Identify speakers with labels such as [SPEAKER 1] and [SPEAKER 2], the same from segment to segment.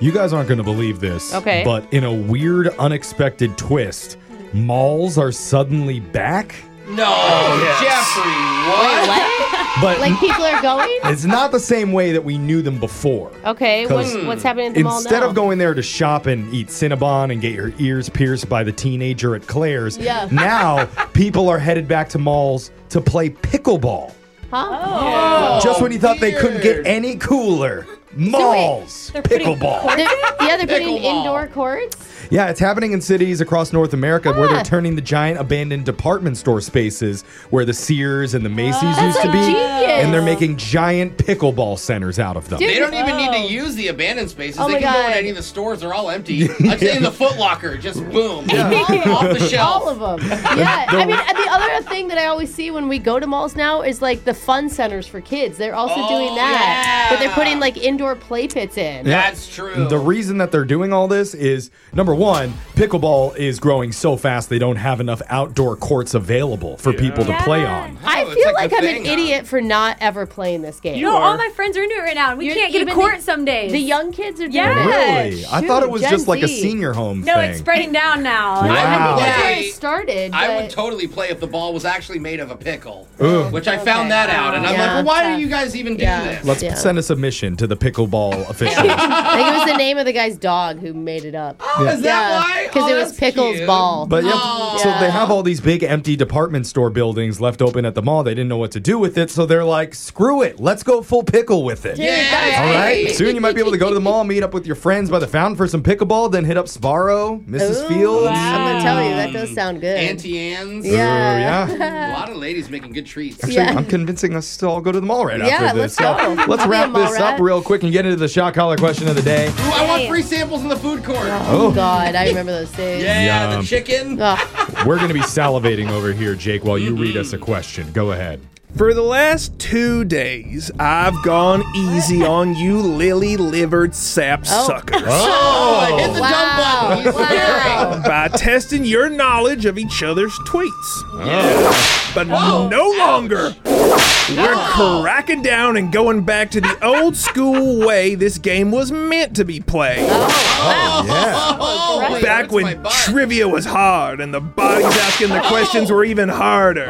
[SPEAKER 1] You guys aren't going to believe this.
[SPEAKER 2] Okay.
[SPEAKER 1] But in a weird, unexpected twist, malls are suddenly back.
[SPEAKER 3] No,
[SPEAKER 1] yes.
[SPEAKER 3] Oh, Jeffrey, what?
[SPEAKER 1] But
[SPEAKER 2] like people are going?
[SPEAKER 1] it's not the same way that we knew them before.
[SPEAKER 2] Okay, what's,
[SPEAKER 1] 'Cause
[SPEAKER 2] what's happening at the mall Oh, now?
[SPEAKER 1] Instead of going there to shop and eat Cinnabon and get your ears pierced by the teenager at Claire's,
[SPEAKER 2] Yeah.
[SPEAKER 1] now people are headed back to malls to play pickleball.
[SPEAKER 3] Oh.
[SPEAKER 2] Huh?
[SPEAKER 1] Just when you thought they couldn't get
[SPEAKER 2] Oh,
[SPEAKER 3] weird.
[SPEAKER 1] any cooler. Malls,
[SPEAKER 4] they're putting
[SPEAKER 1] pickleball.
[SPEAKER 2] They're, yeah, they're putting in
[SPEAKER 3] Pickleball.
[SPEAKER 2] indoor courts.
[SPEAKER 1] Yeah, it's happening in cities across North America where
[SPEAKER 2] Ah.
[SPEAKER 1] they're turning the giant abandoned department store spaces where the Sears and the Macy's used to
[SPEAKER 2] like
[SPEAKER 1] be.
[SPEAKER 2] genius.
[SPEAKER 1] And they're making giant pickleball centers out of them.
[SPEAKER 2] Dude.
[SPEAKER 3] They don't even need to use the abandoned spaces.
[SPEAKER 2] Oh
[SPEAKER 3] they
[SPEAKER 2] my
[SPEAKER 3] can go
[SPEAKER 2] God.
[SPEAKER 3] in any of the stores. They're all empty. I'm saying the Foot Locker, just boom, off the shelf.
[SPEAKER 2] All of them. Yeah. I mean, and the other thing that I always see when we go to malls now is like the fun centers for kids. They're also
[SPEAKER 3] Oh,
[SPEAKER 2] doing that. But they're
[SPEAKER 3] yeah.
[SPEAKER 2] putting like indoor play pits in.
[SPEAKER 1] Yeah.
[SPEAKER 3] That's true.
[SPEAKER 1] The reason that they're doing all this is number one, pickleball is growing so fast they don't have enough outdoor courts available for people to play on.
[SPEAKER 2] I
[SPEAKER 3] Oh, it's
[SPEAKER 2] feel like,
[SPEAKER 3] like the
[SPEAKER 2] I'm
[SPEAKER 3] thing,
[SPEAKER 2] an
[SPEAKER 3] huh?
[SPEAKER 2] idiot for not ever playing this game.
[SPEAKER 4] No,
[SPEAKER 3] are.
[SPEAKER 4] all my friends are into it right now, and we
[SPEAKER 2] You're
[SPEAKER 4] can't get a
[SPEAKER 2] even-
[SPEAKER 4] court some days.
[SPEAKER 2] the young kids are doing
[SPEAKER 4] Yeah.
[SPEAKER 2] it.
[SPEAKER 1] Really? I thought it
[SPEAKER 2] Shoot,
[SPEAKER 1] was
[SPEAKER 2] Gen
[SPEAKER 1] just like a
[SPEAKER 2] Z.
[SPEAKER 1] senior home
[SPEAKER 4] no,
[SPEAKER 1] thing.
[SPEAKER 4] it's spreading down now.
[SPEAKER 1] Wow.
[SPEAKER 2] I think that's where
[SPEAKER 3] Yeah.
[SPEAKER 2] it started.
[SPEAKER 3] I would
[SPEAKER 2] but-
[SPEAKER 3] totally play if the ball was actually made of a pickle,
[SPEAKER 1] Ugh.
[SPEAKER 3] which I found that out, and I'm
[SPEAKER 2] Yeah.
[SPEAKER 3] like, well, why
[SPEAKER 2] Tough.
[SPEAKER 3] do you guys even do
[SPEAKER 2] Yeah.
[SPEAKER 3] this?
[SPEAKER 1] Let's
[SPEAKER 2] Yeah.
[SPEAKER 1] send a submission to the pickleball official.
[SPEAKER 2] I think it was the name of the guy's dog who made it up.
[SPEAKER 3] Oh, is that why?
[SPEAKER 2] Because
[SPEAKER 3] Oh,
[SPEAKER 2] it was
[SPEAKER 3] that's
[SPEAKER 2] Pickles
[SPEAKER 3] cute.
[SPEAKER 2] Ball.
[SPEAKER 1] But yeah,
[SPEAKER 3] Oh.
[SPEAKER 1] so they have all these big empty department store buildings left open at the mall. They didn't know what to do with it, so they're like, "Screw it, let's go full pickle with it."
[SPEAKER 3] Yeah.
[SPEAKER 1] All right. Soon you might be able to go to the mall, meet up with your friends by the fountain for some pickleball, then hit up Sparrow, Mrs.
[SPEAKER 2] Ooh,
[SPEAKER 1] Fields.
[SPEAKER 2] I'm gonna tell you that does sound good.
[SPEAKER 3] Auntie Anne's.
[SPEAKER 1] Ooh,
[SPEAKER 2] Yeah.
[SPEAKER 1] yeah.
[SPEAKER 3] A lot of ladies making good treats.
[SPEAKER 1] Actually,
[SPEAKER 2] Yeah.
[SPEAKER 1] I'm convincing us to all go to the mall right
[SPEAKER 2] Yeah,
[SPEAKER 1] after this.
[SPEAKER 2] let's go.
[SPEAKER 1] So let's
[SPEAKER 2] I'll be a
[SPEAKER 1] wrap
[SPEAKER 2] mall
[SPEAKER 1] this up
[SPEAKER 2] rat.
[SPEAKER 1] real quick and get into the shot collar question of the day.
[SPEAKER 3] Ooh, I want free samples in the food court.
[SPEAKER 2] Oh
[SPEAKER 1] Oh.
[SPEAKER 2] God, I remember those days.
[SPEAKER 3] Yeah,
[SPEAKER 1] Yum.
[SPEAKER 3] the chicken.
[SPEAKER 2] Ugh.
[SPEAKER 1] We're going to be salivating over here, Jake, while you read
[SPEAKER 2] Mm-hmm.
[SPEAKER 1] us a question. Go ahead.
[SPEAKER 5] For the last two days, I've gone easy on you lily livered sap suckers
[SPEAKER 3] Oh, I hit the
[SPEAKER 2] Wow.
[SPEAKER 3] dump button.
[SPEAKER 2] Wow.
[SPEAKER 5] by testing your knowledge of each other's tweets.
[SPEAKER 3] Oh.
[SPEAKER 5] But no longer. We're cracking down and going back to the old school way this game was meant to be played.
[SPEAKER 1] Oh,
[SPEAKER 3] Oh, it
[SPEAKER 5] Back
[SPEAKER 3] hurts my
[SPEAKER 5] when
[SPEAKER 3] butt.
[SPEAKER 5] trivia was hard and the bodies asking the questions were even harder.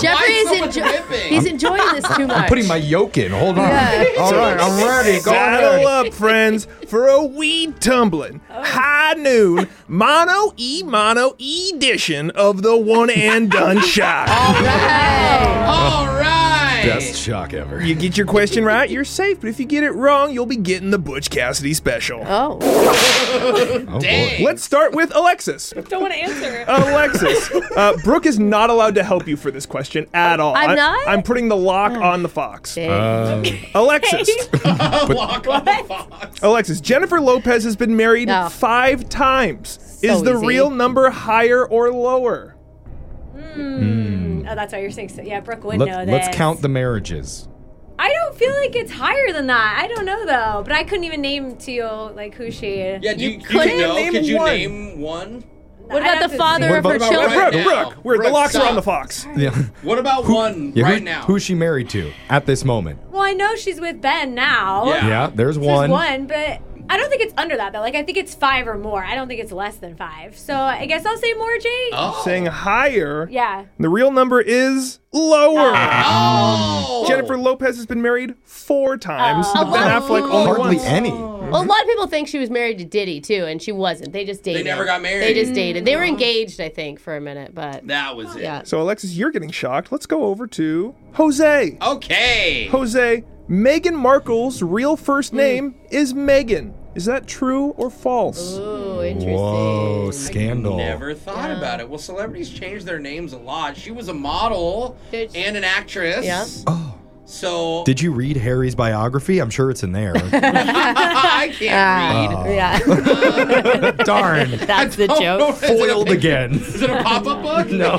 [SPEAKER 2] Jeffrey
[SPEAKER 3] Why
[SPEAKER 2] is
[SPEAKER 3] so much
[SPEAKER 2] enjoying.
[SPEAKER 3] whipping?
[SPEAKER 2] He's enjoying this too much.
[SPEAKER 1] I'm putting my yolk in. Hold on.
[SPEAKER 2] Yeah.
[SPEAKER 1] All right, I'm ready. Go
[SPEAKER 5] Saddle
[SPEAKER 1] ahead.
[SPEAKER 5] up, friends, for a weed tumbling,
[SPEAKER 2] Oh.
[SPEAKER 5] high noon, mono e mono edition of the one and done shot.
[SPEAKER 2] Right.
[SPEAKER 3] All right.
[SPEAKER 1] Best shock ever.
[SPEAKER 5] You get your question right, you're safe. But if you get it wrong, you'll be getting the Butch Cassidy special.
[SPEAKER 2] Oh,
[SPEAKER 1] Oh,
[SPEAKER 3] Dang.
[SPEAKER 5] Let's start with Alexis.
[SPEAKER 4] Don't want to answer it.
[SPEAKER 5] Alexis, uh, Brooke is not allowed to help you for this question at all.
[SPEAKER 2] I'm
[SPEAKER 5] I-
[SPEAKER 2] not? Oh.
[SPEAKER 5] I'm putting the lock on the fox.
[SPEAKER 1] Uh,
[SPEAKER 2] dang.
[SPEAKER 5] Alexis,
[SPEAKER 3] Walk on the fox.
[SPEAKER 5] Alexis, Jennifer Lopez has been married
[SPEAKER 2] No.
[SPEAKER 5] five times. is the
[SPEAKER 2] easy.
[SPEAKER 5] real number higher or lower?
[SPEAKER 4] Oh, that's why you're saying so. Yeah, Brooke would know
[SPEAKER 1] Let,
[SPEAKER 4] that.
[SPEAKER 1] let's count the marriages.
[SPEAKER 4] I don't feel like it's higher than that. I don't know though, but I couldn't even name to you like who she is.
[SPEAKER 3] Yeah, do you, you,
[SPEAKER 5] couldn't
[SPEAKER 3] know?
[SPEAKER 5] name
[SPEAKER 3] Could you
[SPEAKER 5] one.
[SPEAKER 3] name one?
[SPEAKER 2] what
[SPEAKER 4] I'd
[SPEAKER 2] about
[SPEAKER 4] have
[SPEAKER 2] the
[SPEAKER 4] to
[SPEAKER 2] father
[SPEAKER 4] see.
[SPEAKER 2] of
[SPEAKER 1] What
[SPEAKER 2] her
[SPEAKER 1] about-
[SPEAKER 2] children?
[SPEAKER 3] Right
[SPEAKER 5] Brooke,
[SPEAKER 3] now.
[SPEAKER 5] Brooke, we're the
[SPEAKER 3] Brooke,
[SPEAKER 5] locks are
[SPEAKER 3] stop.
[SPEAKER 5] on the fox.
[SPEAKER 1] Yeah.
[SPEAKER 3] What about one
[SPEAKER 1] Yeah,
[SPEAKER 3] right
[SPEAKER 1] who,
[SPEAKER 3] now?
[SPEAKER 1] Who's she married to at this moment?
[SPEAKER 4] Well, I know she's with Ben now.
[SPEAKER 3] Yeah.
[SPEAKER 1] Yeah, there's
[SPEAKER 4] There's
[SPEAKER 1] one.
[SPEAKER 4] one, but I don't think it's under that though. Like I think it's five or more. I don't think it's less than five. So I guess I'll say more, Jake.
[SPEAKER 3] Oh.
[SPEAKER 5] Saying higher,
[SPEAKER 4] Yeah.
[SPEAKER 5] the real number is lower.
[SPEAKER 2] Ah.
[SPEAKER 3] Oh.
[SPEAKER 5] Jennifer Lopez has been married four times. but ben
[SPEAKER 2] Oh.
[SPEAKER 5] Affleck only
[SPEAKER 1] Hardly
[SPEAKER 5] once.
[SPEAKER 1] any.
[SPEAKER 2] Well, a lot of people think she was married to Diddy too, and she wasn't. They just dated.
[SPEAKER 3] never got married.
[SPEAKER 2] They
[SPEAKER 3] Mm-hmm.
[SPEAKER 2] just dated. They were engaged, I think, for a minute, but
[SPEAKER 3] That was it.
[SPEAKER 2] yeah.
[SPEAKER 5] So Alexis, you're getting shocked. Let's go over to Jose.
[SPEAKER 3] Okay.
[SPEAKER 5] Jose, Meghan Markle's real first
[SPEAKER 2] Hmm.
[SPEAKER 5] name is Megan. Is that true or false?
[SPEAKER 2] Ooh, interesting.
[SPEAKER 1] Whoa, scandal.
[SPEAKER 3] Never thought about it. Well, celebrities change their names a lot. She was a model
[SPEAKER 2] Did she-
[SPEAKER 3] and an actress.
[SPEAKER 2] Yeah.
[SPEAKER 1] Oh.
[SPEAKER 3] So
[SPEAKER 1] Did you read Harry's biography? I'm sure it's in there. Oh,
[SPEAKER 3] I can't read.
[SPEAKER 2] Yeah,
[SPEAKER 1] Darn.
[SPEAKER 2] Ah. that's the
[SPEAKER 3] Oh, no,
[SPEAKER 2] joke. Oh,
[SPEAKER 3] is it a
[SPEAKER 1] Foiled
[SPEAKER 3] pic-
[SPEAKER 1] again.
[SPEAKER 3] Is it a pop-up book? No.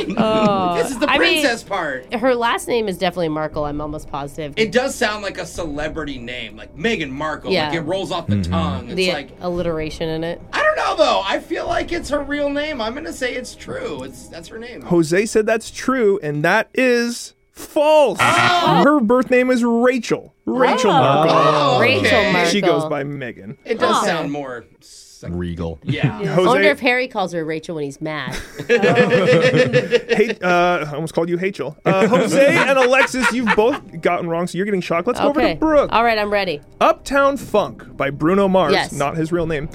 [SPEAKER 3] this is the
[SPEAKER 2] Uh, I mean-
[SPEAKER 3] princess part.
[SPEAKER 2] Her last name is definitely Markle. I'm almost positive.
[SPEAKER 3] It does sound like a celebrity name, like Meghan Markle.
[SPEAKER 2] Yeah.
[SPEAKER 3] Like it rolls off
[SPEAKER 5] Mm-hmm.
[SPEAKER 3] the tongue. It's
[SPEAKER 2] the
[SPEAKER 3] like
[SPEAKER 2] alliteration in it.
[SPEAKER 3] I don't know though. I feel like it's her real name. I'm gonna say it's true. It's that's her name.
[SPEAKER 5] Jose said that's true, and that is False.
[SPEAKER 2] Oh.
[SPEAKER 5] Her birth name is Rachel. Rachel Markle.
[SPEAKER 3] Oh, okay.
[SPEAKER 2] Rachel Markle.
[SPEAKER 5] She goes by Megan.
[SPEAKER 3] It does
[SPEAKER 2] Oh.
[SPEAKER 3] sound more. Sec-
[SPEAKER 1] Regal.
[SPEAKER 3] yeah.
[SPEAKER 2] I wonder
[SPEAKER 5] Jose,
[SPEAKER 2] if Harry calls her Rachel when he's mad.
[SPEAKER 5] hey, uh, I almost called you Rachel. Uh, Jose and Alexis, you've both gotten wrong, so you're getting shocked. Let's go over to
[SPEAKER 2] okay.
[SPEAKER 5] Brooke.
[SPEAKER 2] All right, I'm ready.
[SPEAKER 5] Uptown Funk by Bruno Mars,
[SPEAKER 2] Yes.
[SPEAKER 5] not his real name,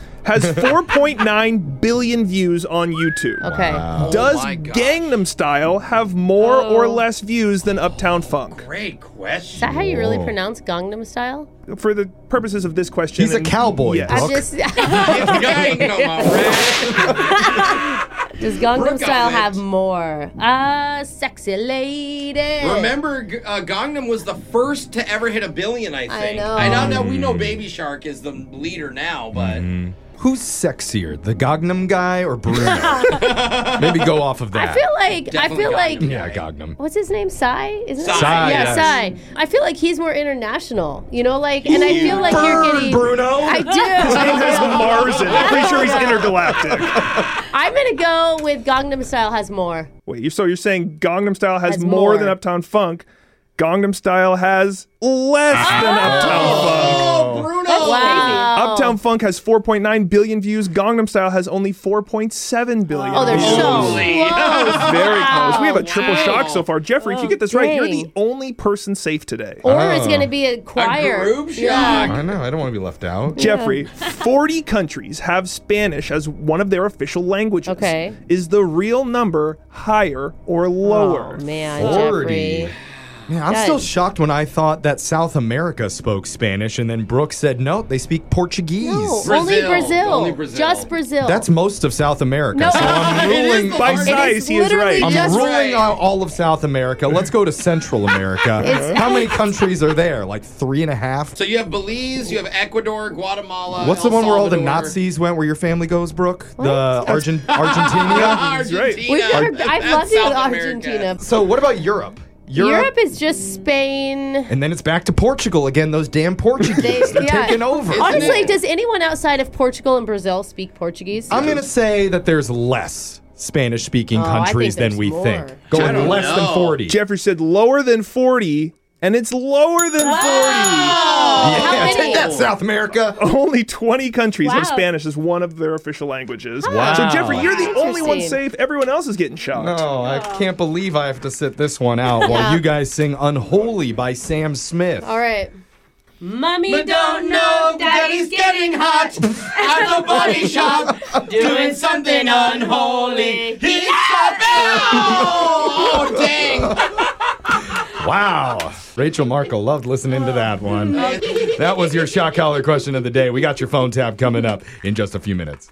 [SPEAKER 5] has 4.9 billion views on YouTube.
[SPEAKER 2] Okay.
[SPEAKER 1] Uh,
[SPEAKER 3] Oh
[SPEAKER 5] Does
[SPEAKER 3] my gosh.
[SPEAKER 5] Gangnam Style have more
[SPEAKER 2] Oh.
[SPEAKER 5] or less views than Uptown Funk?
[SPEAKER 3] Great
[SPEAKER 2] Is
[SPEAKER 3] question.
[SPEAKER 2] that how you really
[SPEAKER 1] Whoa.
[SPEAKER 2] pronounce Gangnam Style?
[SPEAKER 5] For the purposes of this question,
[SPEAKER 1] He's a
[SPEAKER 5] and-
[SPEAKER 1] cowboy,
[SPEAKER 5] Yes.
[SPEAKER 1] Brooke.
[SPEAKER 2] I'm just.
[SPEAKER 3] Gangnam
[SPEAKER 2] Does Gangnam
[SPEAKER 3] Brooke
[SPEAKER 2] Style
[SPEAKER 3] on it.
[SPEAKER 2] have more? Ah, sexy lady.
[SPEAKER 3] Rap. Remember, G- uh, Gangnam was the first to ever hit a billion. I think.
[SPEAKER 2] know.
[SPEAKER 3] now that we know
[SPEAKER 5] Mm.
[SPEAKER 3] Baby Shark is the leader now, but
[SPEAKER 5] Mm-hmm.
[SPEAKER 1] Who's sexier, the Gognum guy or Bruno? Maybe go off of that.
[SPEAKER 2] I feel like I
[SPEAKER 3] Definitely
[SPEAKER 2] feel
[SPEAKER 3] Gangnam.
[SPEAKER 2] like
[SPEAKER 1] yeah, Gognum.
[SPEAKER 2] what's his name? Psy? Isn't
[SPEAKER 3] Psy,
[SPEAKER 2] it? Psy? Yeah,
[SPEAKER 1] yes.
[SPEAKER 2] Psy. I feel like he's more international. You know, like, and I feel like you're
[SPEAKER 1] Burn,
[SPEAKER 2] getting.
[SPEAKER 1] Bruno.
[SPEAKER 2] I
[SPEAKER 5] There's
[SPEAKER 2] do.
[SPEAKER 5] Mars in it. I'm pretty sure he's intergalactic.
[SPEAKER 2] I'm gonna go with Gangnam Style has more.
[SPEAKER 5] Wait, you so you're saying Gangnam Style has,
[SPEAKER 2] Has
[SPEAKER 5] more,
[SPEAKER 2] more.
[SPEAKER 5] than Uptown Funk? Gangnam Style has less than Uptown Funk.
[SPEAKER 3] oh, Bruno!
[SPEAKER 2] Wow.
[SPEAKER 5] Uptown Funk has 4.9 billion views. Gangnam Style has only 4.7 billion.
[SPEAKER 2] Oh, they're
[SPEAKER 5] views.
[SPEAKER 2] so
[SPEAKER 3] Holy.
[SPEAKER 2] close.
[SPEAKER 5] Very
[SPEAKER 2] Wow.
[SPEAKER 5] close. We have a triple
[SPEAKER 2] Wow.
[SPEAKER 5] shock so far. Jeffrey, if you
[SPEAKER 2] Oh,
[SPEAKER 5] get this right, you're the
[SPEAKER 2] dang. Oh.
[SPEAKER 5] only person safe today.
[SPEAKER 2] Or
[SPEAKER 1] Ah.
[SPEAKER 2] it's gonna be a choir.
[SPEAKER 3] group
[SPEAKER 2] Yeah.
[SPEAKER 3] shock.
[SPEAKER 1] I know. I don't want to be left out.
[SPEAKER 5] Jeffrey, 40 countries have Spanish as one of their official languages.
[SPEAKER 2] Okay.
[SPEAKER 5] Is the real number higher or
[SPEAKER 2] Oh
[SPEAKER 5] lower?
[SPEAKER 2] man,
[SPEAKER 1] Forty.
[SPEAKER 2] Jeffrey.
[SPEAKER 1] Yeah, I'm
[SPEAKER 2] Good.
[SPEAKER 1] still shocked when I thought that South America spoke Spanish, and then Brooke said, "No, they speak Portuguese."
[SPEAKER 2] No,
[SPEAKER 3] Brazil.
[SPEAKER 2] Oh, only Brazil.
[SPEAKER 3] Only Brazil.
[SPEAKER 2] Just Brazil.
[SPEAKER 1] That's most of South America.
[SPEAKER 2] No.
[SPEAKER 1] so I'm
[SPEAKER 3] It is
[SPEAKER 1] ruling.
[SPEAKER 3] the
[SPEAKER 5] By
[SPEAKER 3] hardest-
[SPEAKER 5] size, he is
[SPEAKER 2] literally
[SPEAKER 5] right.
[SPEAKER 1] I'm
[SPEAKER 2] Just
[SPEAKER 1] ruling
[SPEAKER 3] right.
[SPEAKER 1] out all of South America. Let's go to Central America.
[SPEAKER 2] It's-
[SPEAKER 1] How many countries are there? Like three and a half.
[SPEAKER 3] So you have Belize, you have Ecuador, Guatemala.
[SPEAKER 1] What's
[SPEAKER 3] El
[SPEAKER 1] the one where all the
[SPEAKER 3] Salvador.
[SPEAKER 1] Nazis went, where your family goes, Brooke? The Argent- Argentina.
[SPEAKER 5] He's right.
[SPEAKER 3] Argentina.
[SPEAKER 2] We've never.
[SPEAKER 3] That's-
[SPEAKER 2] I've
[SPEAKER 3] that's
[SPEAKER 2] loved you with
[SPEAKER 3] South America.
[SPEAKER 2] Argentina.
[SPEAKER 1] so what about Europe?
[SPEAKER 2] Europe, is just Spain.
[SPEAKER 1] and then it's back to Portugal again. Those damn Portuguese
[SPEAKER 2] They-
[SPEAKER 1] are
[SPEAKER 2] yeah.
[SPEAKER 1] taking over.
[SPEAKER 3] Isn't
[SPEAKER 2] Honestly,
[SPEAKER 3] it?
[SPEAKER 2] does anyone outside of Portugal and Brazil speak Portuguese?
[SPEAKER 1] I'm gonna say that there's less Spanish-speaking
[SPEAKER 2] Oh, I think
[SPEAKER 1] countries than
[SPEAKER 2] there's
[SPEAKER 1] we
[SPEAKER 2] more.
[SPEAKER 1] think.
[SPEAKER 3] I
[SPEAKER 1] Going
[SPEAKER 3] don't
[SPEAKER 1] less than
[SPEAKER 3] know.
[SPEAKER 1] 40.
[SPEAKER 5] Jeffrey said lower than 40, and it's lower than 40.
[SPEAKER 2] How
[SPEAKER 1] yeah,
[SPEAKER 2] many?
[SPEAKER 1] take that, South America.
[SPEAKER 5] Only 20 countries have
[SPEAKER 4] Wow.
[SPEAKER 5] Spanish as one of their official languages.
[SPEAKER 1] Wow.
[SPEAKER 5] So, Jeffrey, you're the
[SPEAKER 2] Wow.
[SPEAKER 5] only one
[SPEAKER 2] Interesting.
[SPEAKER 5] safe. Everyone else is getting shocked.
[SPEAKER 1] Oh, I can't believe I have to sit this one out while you guys sing "Unholy" by Sam Smith.
[SPEAKER 2] All right.
[SPEAKER 4] Mommy
[SPEAKER 3] I don't know, daddy's getting hot at the body shop, doing something unholy. He's a Oh, dang.
[SPEAKER 1] Wow. Rachel Markle loved listening to that one. That was your shock collar question of the day. We got your phone tab coming up in just a few minutes.